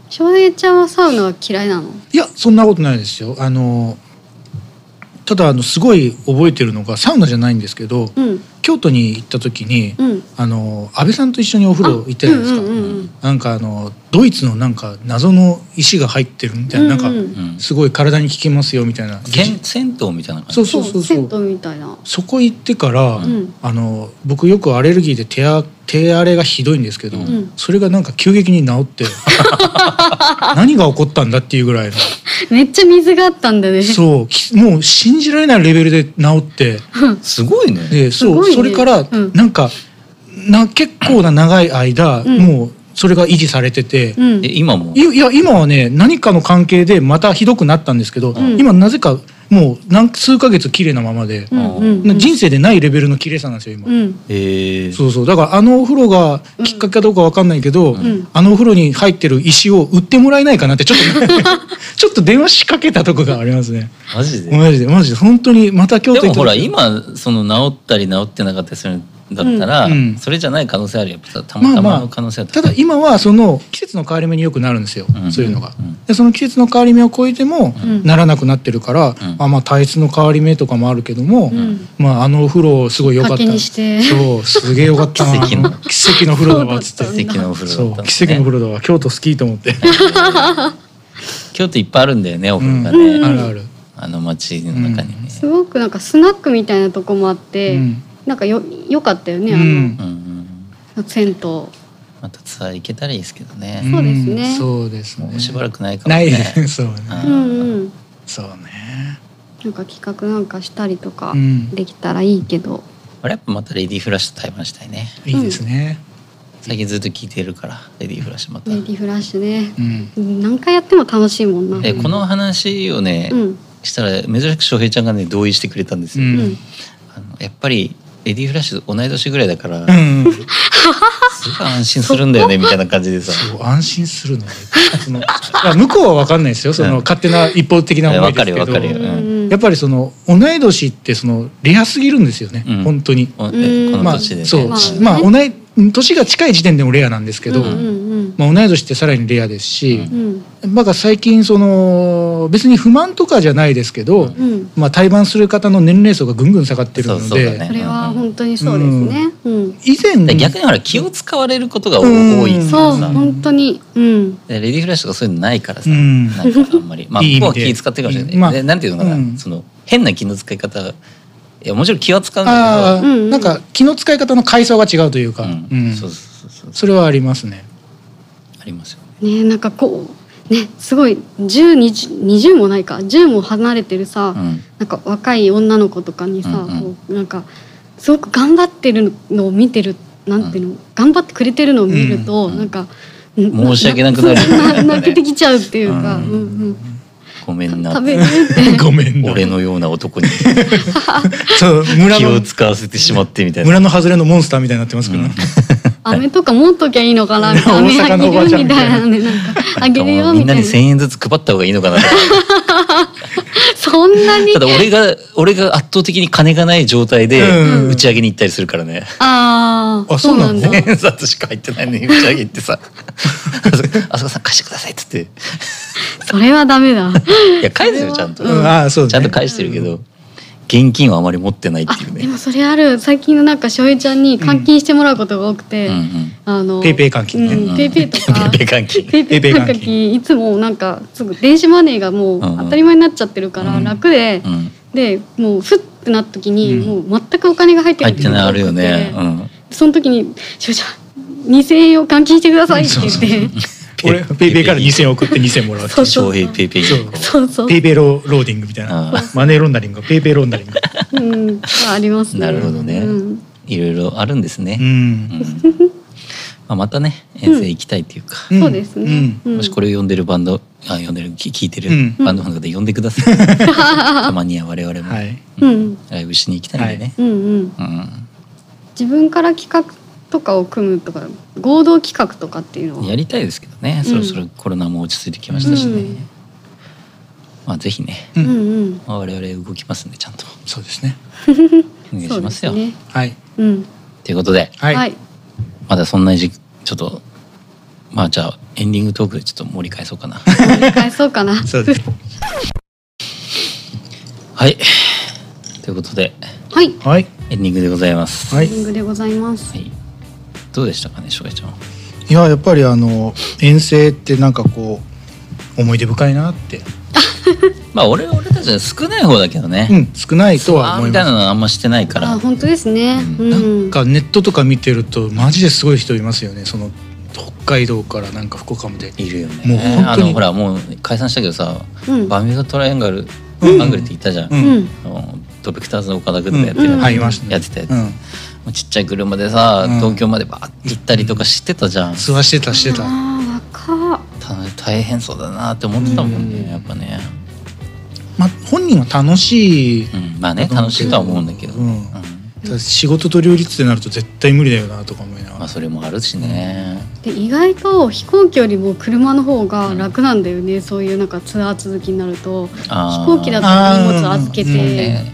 S2: 翔平ちゃんはサウナは嫌いなの
S1: いやそんなことないですよあのただあのすごい覚えてるのがサウナじゃないんですけど、
S2: うん
S1: 京都に行った時に、
S2: うん
S1: あの安倍さんと一緒にお風呂行ったじゃないですか、
S2: うんうんうん
S1: なんかあのドイツのなんか謎の石が入ってるみたいな,、
S2: うんうん
S1: なん
S3: う
S1: か
S3: ん
S1: すごい体に効きますよみたいな
S3: けん銭湯みたいな感じ
S1: そうそうそうそう
S2: 銭湯みたいな
S1: そこ行ってから、
S2: ん
S1: あの僕よくアレルギーで手あ手荒れがひどいんですけど、
S3: うん
S1: それがなんか急激に治って
S2: (laughs)
S1: (laughs) 何が起こったんだっていうぐらいの
S2: めっちゃ水があったんだね
S1: そうきもう信じられないレベルで治
S2: (laughs)
S1: って
S3: すごいね
S1: でそう、
S2: すごいね
S1: それから
S2: うん
S1: なんか、な結構な長い間、
S2: ん
S1: もうそれが維持されてて、
S2: うん
S3: え今も
S1: いいや今はね何かの関係でまたひどくなったんですけど、
S2: ん
S1: 今なぜかもう何数ヶ月綺麗なままで、
S2: うんうんうん
S1: 人生でないレベルの綺麗さなんですよ今、
S2: うん
S3: ええ
S1: そうそうだからあのお風呂がきっかけかどうかわかんないけど、
S2: ん
S1: あのお風呂に入ってる石を売ってもらえないかなってちょっとちょっと電話しかけたとこがありますね
S3: マジで。
S1: マジでマジで本当にまた京都
S3: で
S1: 行
S3: も
S1: った時
S3: ほら今その治ったり治ってなかったりするんだったら、
S1: うんうん
S3: それじゃない可能性あるよやっぱた
S1: ま
S3: ま
S1: あ
S3: た
S1: ま
S3: ま
S1: あ
S3: の可能性は
S1: ただ今はその季節の変わり目によくなるんですよ、
S3: うん
S1: そういうのが、
S3: うん
S1: でその季節の変わり目を超えても
S2: ん
S1: ならなくなってるから、
S3: ん
S1: あまあ体質の変わり目とかもあるけども、
S2: ん
S1: まああのお風呂すごい良かった
S2: 賭けにして
S1: そうすげえ良かったな
S3: 奇跡の
S1: 奇跡の風呂だわっつって
S2: そう
S3: 奇跡のお風
S1: そ
S3: 呂だ
S1: う
S3: ったんです
S1: 奇
S3: ね
S1: 跡の風呂だわ京都好きと思って、
S3: 京都いっぱいあるんだよねお
S1: う
S3: 風呂
S1: ん、
S3: が
S1: あ
S3: ね、
S1: るある、
S3: あの街の中にね、
S2: すごくなんかスナックみたいなとこもあって、
S1: うん
S2: なんかよ良かったよね
S1: う
S2: あの、
S1: ん
S3: うんうん、
S2: 銭湯そ
S3: またツアー行けたらいいですけどね、
S2: そうですね
S1: んそうです
S3: も
S1: ね
S3: うしばらくないかも
S1: な
S3: ね
S1: い (laughs) そうね
S3: う
S2: う
S3: ん
S2: んうん
S1: そうね
S2: なんか企画なんかしたりとか
S1: うん
S2: できたらいいけど、
S3: 俺やっぱまたレディーフラッシュと対バンしたいね
S1: いいですね
S3: 最近ずっと聞いてるからレディーフラッシュまた、
S2: レディフラッシュね
S1: う、ん、
S2: 何回やっても楽しいもんな
S3: えこの話をね、
S2: うん
S3: したら珍しく翔平ちゃんがね同意してくれたんですよ、
S1: うん
S2: うん
S3: あのやっぱりレディーフラッシュと同い年ぐらいだから、
S1: うん
S3: すごい安心するんだよねみたいな感じでさ
S1: そう安心するのね。そのいや向こうは分かんないですよ。そ
S3: うん
S1: の、勝手な一方的な思いですけど。
S3: わかるよわかるよ
S2: うん
S1: やっぱりその同い年ってそのレアすぎるんですよね。
S3: うん
S1: 本当に。
S3: お
S2: うん
S3: えこ
S1: ま
S3: の
S1: あ
S3: 年でね、
S1: そう、
S2: まあね
S1: まあ同い年が近い時点でもレアなんですけど、
S2: うんうん
S1: まあ同い年ってさらにレアですし、
S2: うん
S1: まあ最近その別に不満とかじゃないですけど、
S2: うんうん
S1: まあ対バンする方の年齢層がぐんぐん下がってるので、
S3: そうそうだね
S2: それは本当にそうですね、うん
S1: 以前
S3: で逆にほら気を使われることが多
S1: うん
S3: 多いから
S2: そう
S3: さ、
S2: 本当にうん
S3: でレディーフラッシュとかそういうのないからさ、
S1: うん
S3: なんかあんまりまあ
S1: いい意味
S3: 向こうは
S1: で
S3: 気使ってるかもしれない、
S1: まあ
S3: でなんていうのかな、
S1: うん
S3: その変な気の使い方いやもちろん気は使うん
S1: あ
S3: だ
S1: あ、
S2: うんうん
S1: なんか気の使い方の階層が違うという
S3: け
S1: か、
S3: ど、
S1: うん
S3: うんそうそうそうそう
S1: それはあります
S3: (laughs)
S1: ね。
S3: ありますよ
S2: ねなんかこうねすごい1020もないか10も離れてるさ、
S3: ね、
S2: なんか若い女の子とかにさ、
S3: うんうん
S2: こうなんかすごく頑張ってるのを見てるなんていうの、頑張ってくれてるのを見ると、
S3: うん
S2: なんか
S3: 申し訳なくなる
S2: そうな泣けてきちゃうっていうか、う
S3: うんん
S2: うん
S3: ごめんな
S2: 食べるって
S1: ごめんな。
S3: 俺のような男に
S1: (laughs) そう村
S3: 気を
S1: の
S3: 使わせてしまってみたいな
S1: 村の外れのモンスターみたいになってますけど、
S3: うん
S2: 飴とか持っときゃいいのかなみたい
S1: 大
S2: な
S1: 阪のお
S2: 飴あ
S1: ばち
S2: げ
S1: ゃん
S2: るみたいなね
S1: みたいな
S2: なんか
S3: な
S2: あげる
S3: んかも
S2: よ
S3: うみ
S2: み
S3: ん
S2: た
S3: ないに
S2: な
S3: 1,000円ずつ配った方がいいのかな
S2: そんなに
S3: ただ俺が俺が圧倒的に金がない状態で
S1: うん
S3: 打ち上げに行ったりするからね、
S2: あー
S1: あそうなの
S2: だ
S3: 1,000円札しか入ってないのに打ち上げ行ってさ「あそこさん貸してください」っつって
S2: それはダメ
S3: (laughs)
S2: だ
S3: いや返すよちゃんと、
S1: うん (laughs) ああそうね
S3: ちゃんと返してるけど、現金はあまり持ってないっ
S2: あ
S3: ていう
S2: で
S3: ね
S2: もそれある最近のなんか翔平ちゃんに監禁してもらうことが多くて、
S3: うんうん
S2: あの
S1: ペイペイ換金ね
S2: うんペイペイとか
S3: (laughs) ペイペイ換金
S2: ペイペイ
S1: ペイペイ換
S2: 換金いつもなんかすぐ電子マネーがもう
S3: うんうん
S2: 当たり前になっちゃってるから
S1: うん
S2: 楽で、
S3: うん
S2: でもうふってなった時に、
S1: う
S2: もう全くお金が入ってな
S3: 入
S2: い
S3: ってないあるよね、うん、
S2: その時に「しょうちゃん2,000円を換金してください」って言 (laughs) って
S1: 俺ペイペイから2000円送って2000円もらう
S2: そう
S3: 翔平ペイペイ
S1: そう
S2: そうそう、
S1: ペイペイローローディングみたいな
S3: あ
S1: マネーロンダリングペイペイロンダリング
S2: うん、まあありますね。
S3: なるほどね
S2: うん
S3: いろいろあるんですね、
S1: う
S3: うん
S1: ん、
S3: まあ、またね遠征行きたいっていうか、
S1: ん
S2: そうですね。うん
S3: もしこれを読んでるバンドあ読んでるき聞いてる
S1: うん
S3: バンドファンの方呼んでください、
S2: (laughs)
S3: たまには我々も、
S1: はい
S2: うん
S3: ライブしに行きたいんでね、
S2: うんうん、自分から企画とかを組むとか合同企画とかっていうの
S3: うん、
S2: は
S3: やりたいですけどね、そろそろコロナも落ち着いてきましたしね、まあぜひね、
S1: う
S2: うんんうん
S3: まあ、我々動きますんでちゃんと
S1: そうですね
S3: お願いしますよ。
S2: そうですね
S1: はい
S2: うん
S3: ということで
S1: はい、
S2: はい
S3: まだそんな時期ちょっとまあじゃあエンディングトークでちょっと盛り返そうか
S2: (laughs)
S3: な。
S2: 盛り返そうかな
S1: そうです
S3: はいということで
S2: はい
S1: はい
S3: エンディングでございます。
S1: は
S2: エ
S1: い
S2: ンディングでございます
S3: はいどうでしたかねしょうがちゃんは。
S1: いややっぱりあの遠征ってなんかこう思い出深いなって、
S3: まあ俺俺たちは少ない方だけどね。
S1: うん、少ないとは
S3: あー
S1: 思い
S3: みたいな
S1: ま
S3: のあんましてないから
S2: あ。本当ですねう
S1: すなん
S2: ん
S1: かネットとか見てるとマジですごい人いますよねその北海道からなんか福岡まで
S3: いるよね。
S1: もう本当に
S3: あのほらもう解散したけどさ、
S2: うん
S3: バミューダトライアングル、
S1: うん
S3: アングルって言ったじゃん。
S1: う
S2: うんん
S3: あのドベクターズの岡田君とかやってる、
S2: うん
S1: 入りましたね
S3: やってたやつ、
S1: う
S3: も
S1: ん
S3: うちっちゃい車でさ、
S1: うん
S3: 東京までバーって行ったりとかしてたじゃん、
S1: ツアーしてたしてた
S2: あー若った
S3: 大変そうだなって思ってたもんね、
S1: うん
S3: やっぱね
S1: まあ、本人は楽しい、
S3: うん、まあね楽しいとは思うんだけど、
S1: う
S3: うん
S1: んただ仕事と両立ってなると絶対無理だよなとか思いなが
S3: ま
S1: ら
S3: あ、それもあるしね、
S2: で意外と飛行機よりも車の方が楽なんだよね、そういうなんかツアー続きになると
S3: あ
S2: 飛
S3: ー
S2: 行機だと荷物預け
S1: あ
S2: て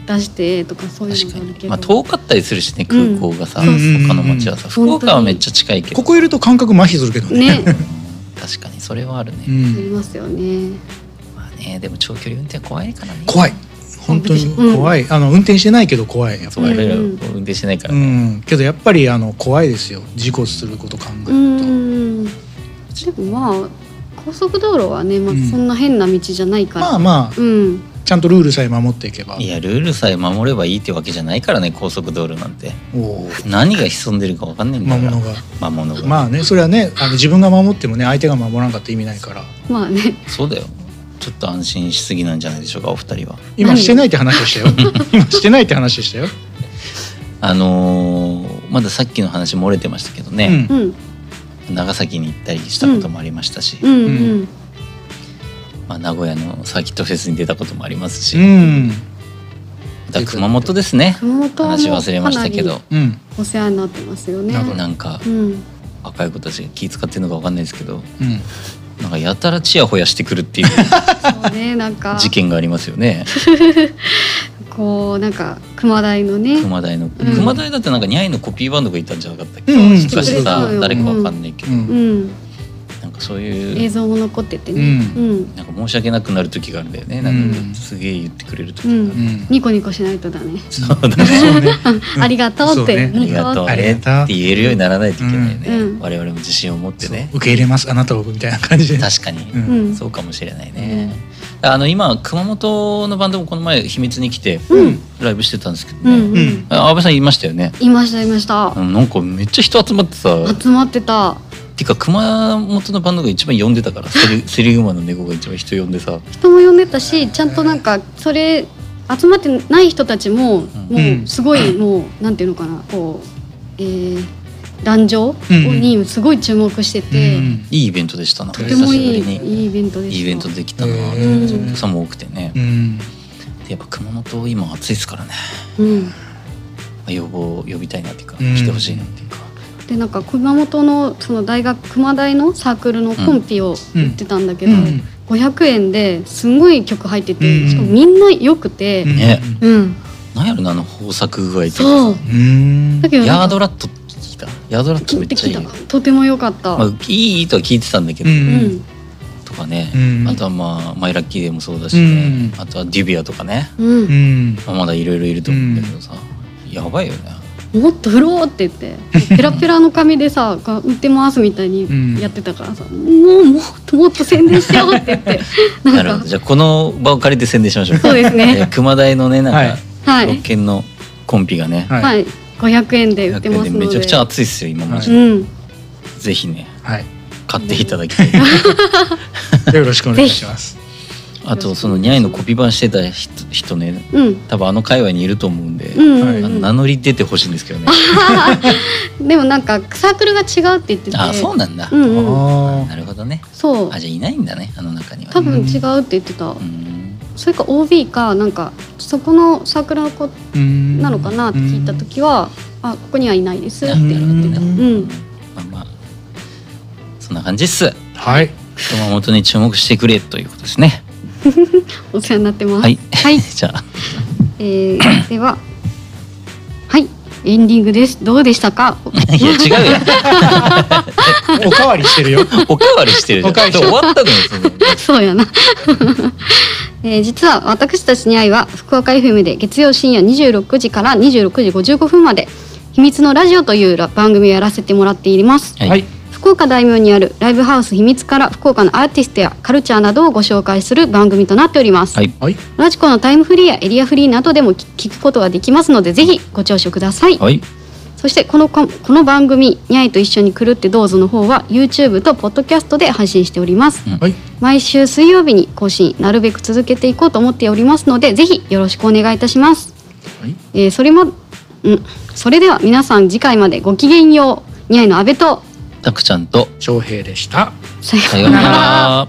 S3: ー
S2: 出してとかそうい
S3: 確
S2: うの
S3: か
S2: があるけ
S3: に、
S2: ど、
S3: まあ、遠かったりするしね
S2: う
S3: 空
S2: ん
S3: 港がさ、
S1: そうそう
S3: 他の町はさ、
S2: うん
S3: 福岡はめっちゃ近いけど
S1: ここいると感覚麻痺するけどね
S2: ね
S3: 確かにそれはあるね、
S1: うん
S2: ありますよね
S3: まあねでも長距離運転は怖いからね
S1: 怖い本当に怖い、あの運転してないけど怖いやっぱ
S3: そう
S1: り、
S3: 我々は
S2: うん
S3: 運転してないから、
S1: う
S3: ね
S1: ん、けどやっぱりあの怖いですよ事故すること考える
S2: う
S1: と、
S2: んでもまあ高速道路はね、まあ
S1: うん、
S2: そんな変な道じゃないから、
S1: まあまあ
S2: うん
S1: ちゃんとルールさえ守っていけば
S3: いやルールさえ守ればいいってわけじゃないからね高速道路なんて
S1: おー
S3: 何が潜んでるかわかんないんだ
S1: 魔
S3: から
S1: 物が
S3: 魔物が
S1: まあねそれはねあの自分が守ってもね相手が守らんかったら意味ないから
S2: まあね
S3: そうだよちょっと安心しすぎなんじゃないでしょうかお二人は
S1: 今
S2: 何
S1: してないって話をしたよ (laughs) 今してないって話をしたよ、
S3: あのーまださっきの話漏れてましたけど
S1: う
S3: ね、
S1: ん
S2: う、ん
S3: 長崎に行ったりしたこともありましたし、
S2: うんうん、
S1: う
S3: まあ、名古屋のサーキットフェスに出たこともありますし、
S1: うん
S3: また熊本ですね
S2: 熊本は
S3: 話
S2: もう
S3: 忘れましたけど
S2: かな
S1: うん
S2: りお世話になってますよね
S1: なるほど
S3: なんか
S2: うん
S3: 若い子たちが気遣ってるのかわかんないですけど
S1: うん
S3: なんかやたらチヤホヤしてくる
S2: (laughs)
S3: っていう
S2: そうねなんか
S3: 事件がありますよ
S2: (laughs)
S3: ね
S2: こうなんか熊台のね
S3: 熊台の、
S2: ん
S3: 熊台だってなんかニャイのコピーバンドがいたんじゃなかったっけ、
S1: うんうん
S3: 昔
S2: そう
S3: さ
S2: そう
S3: 誰かわかんないけど、
S1: う
S2: うんん
S3: なんかそう
S2: 映
S3: いう
S2: 像も残っててね、
S1: う
S2: うん
S3: なんか申し訳なくなる時があるんだよねなんか、
S1: うん
S3: すげえ言ってくれる時がある、
S2: うん
S1: うん
S2: ニコニコしないとだね、
S3: そう (laughs) だね
S1: そうねうん
S2: ありがとうっ
S1: そう
S2: て
S1: ね
S3: ありがとう
S1: あり
S3: ね
S1: が
S3: っ
S1: と
S3: て
S1: う
S3: 言えるようにならないといけないね、
S2: うん
S3: 我々も自信を持ってね
S1: そう受け入れますあなたをみたいな感じで
S3: 確かに、
S1: う
S2: うんん
S3: そうかもしれないね、あの今熊本のバンドもこの前秘密に来て
S2: うん
S3: ライブしてたんですけど
S2: う
S3: ね、
S2: んうん、
S1: うん
S3: あ安倍さんいましたよね
S2: いましたいました
S3: あのなんかめっちゃ人集まってさ
S2: 集まってた
S3: てか熊本のバンドが一番呼んでたからセ
S2: (laughs)
S3: リセリウマの猫が一番人呼んでさ
S2: 人も呼んでたしちゃんとなんかそれ集まってない人たちも
S1: ん
S2: もうすごいもうなんていうのかなこうえー、壇上
S1: うんうん
S2: にすごい注目してて、
S1: うん
S3: いいイベントでしたな
S2: とて
S3: 久
S2: も
S3: しぶ
S2: い
S3: り
S2: い
S3: に
S2: いいイベントでした
S3: いいイベントできたな
S1: へ
S2: ー
S3: お客さんも多くてね
S1: う、ん
S3: でやっぱ熊本今暑いですからね
S2: うん、
S3: 要望を呼びたいなっていうか、
S1: うん
S3: 来てほしいなっていうか
S2: でなんか熊本のその大学熊大のサークルのコンピを売ってたんだけど、
S1: うん
S2: 500円ですんごい曲入ってて、
S1: うん
S2: しかもみんな良くて、
S3: ね
S2: うん
S3: なんやろなあの豊作具合とか
S2: そう
S1: うん
S2: だけど
S3: ヤ
S2: な
S3: ー
S2: んか
S3: ドラット聞いたヤードラットめ
S2: 聞い
S3: ってちゃい
S2: き
S3: い
S2: た
S3: よ、
S2: とても良かった、
S3: まあ、いいとは聞いてたんだけ
S1: う
S3: ど、
S2: うんん
S3: とかね
S1: う、ん
S3: あとはまあマイラッキーでもそうだしね、
S1: うん
S3: あとはデュビアとかね、
S2: うん
S1: うん
S3: まあ、まだいろいろいると思うんだけどさ、やばいよね
S2: もっと振ろうって言ってペラペラの髪でさが売ってますみたいにやってたからさ、もうもっともっと宣伝しようって
S3: (laughs)
S2: 言ってな
S3: なんる
S2: か
S3: ほどじゃあこの場を借りて宣伝しましょう
S2: そうです
S3: えー
S2: ね
S3: 熊台のねなん
S2: は
S3: か六
S2: い、
S3: 軒のコンピがね、
S1: はい
S2: はい、500円で売って
S3: 100円
S2: ます
S3: で
S2: ので
S3: めちゃくちゃ熱いっすよ今マジ
S2: う
S3: で、
S2: ん
S3: ぜひね
S1: はい
S3: 買っていただきたい
S1: よろしくお願いします
S3: (laughs) あとそのニャイのコピー版してた人人ね
S2: うん
S3: 多分あの界隈にいると思うんで、
S2: うん
S1: はい
S2: うん
S3: あの
S2: うん
S3: 名乗り出てほしいんですけどね
S2: でもなんかサークルが違うって言ってて
S3: あそうなんだ、
S2: うんうん
S1: あ
S3: なるほどね
S2: そう
S3: あじゃあいないんだねあの中には
S2: 多
S3: ね
S2: 分違うって言ってた、
S3: うん
S2: それか OB かなんかそこのサークルの子
S1: ーうん
S2: なのかなって聞いた時は「あここにはいないです」って
S3: なるほど
S2: 言ってた。
S1: うん
S2: うん
S3: まあまあそんな感じっす
S1: はい
S3: 熊本に注目してくれということですね
S2: お世話になってます。
S3: はい、
S2: は
S3: (laughs)
S2: い、
S3: じゃあ
S2: えー、では。はい、エンディングです。どうでしたか。
S3: いや違う
S1: (laughs)
S3: やん
S1: おかわりしてるよ
S3: おかわりしてるじゃん
S1: おかわりしてる
S3: 終わったのよその
S2: (laughs) そうやな。えー実は私たちに愛は福岡 FM で月曜深夜26時から26時55分まで秘密のラジオというら番組をやらせてもらっています。
S3: はい、
S1: はい
S2: 福岡大名にあるライブハウス秘密から福岡のアーティストやカルチャーなどをご紹介する番組となっております。
S3: はい
S1: はい
S2: ラジコのタイムフリーやエリアフリーなどでも聞聞くことができますのでぜひご聴取ください。
S3: はい
S2: そしてこのここの番組「にゃいと一緒に来るってどうぞ」の方は YouTube と Podcast で配信しております
S1: はい
S2: 毎週水曜日に更新なるべく続けていこうと思っておりますのでぜひよろしくお願いいたします、
S1: はい
S2: えーそれもうんそれでは皆さん次回までごきげんようにゃいの阿部と
S3: たくちゃんと
S1: 翔平でした
S2: さよう
S1: (laughs)
S3: さようなら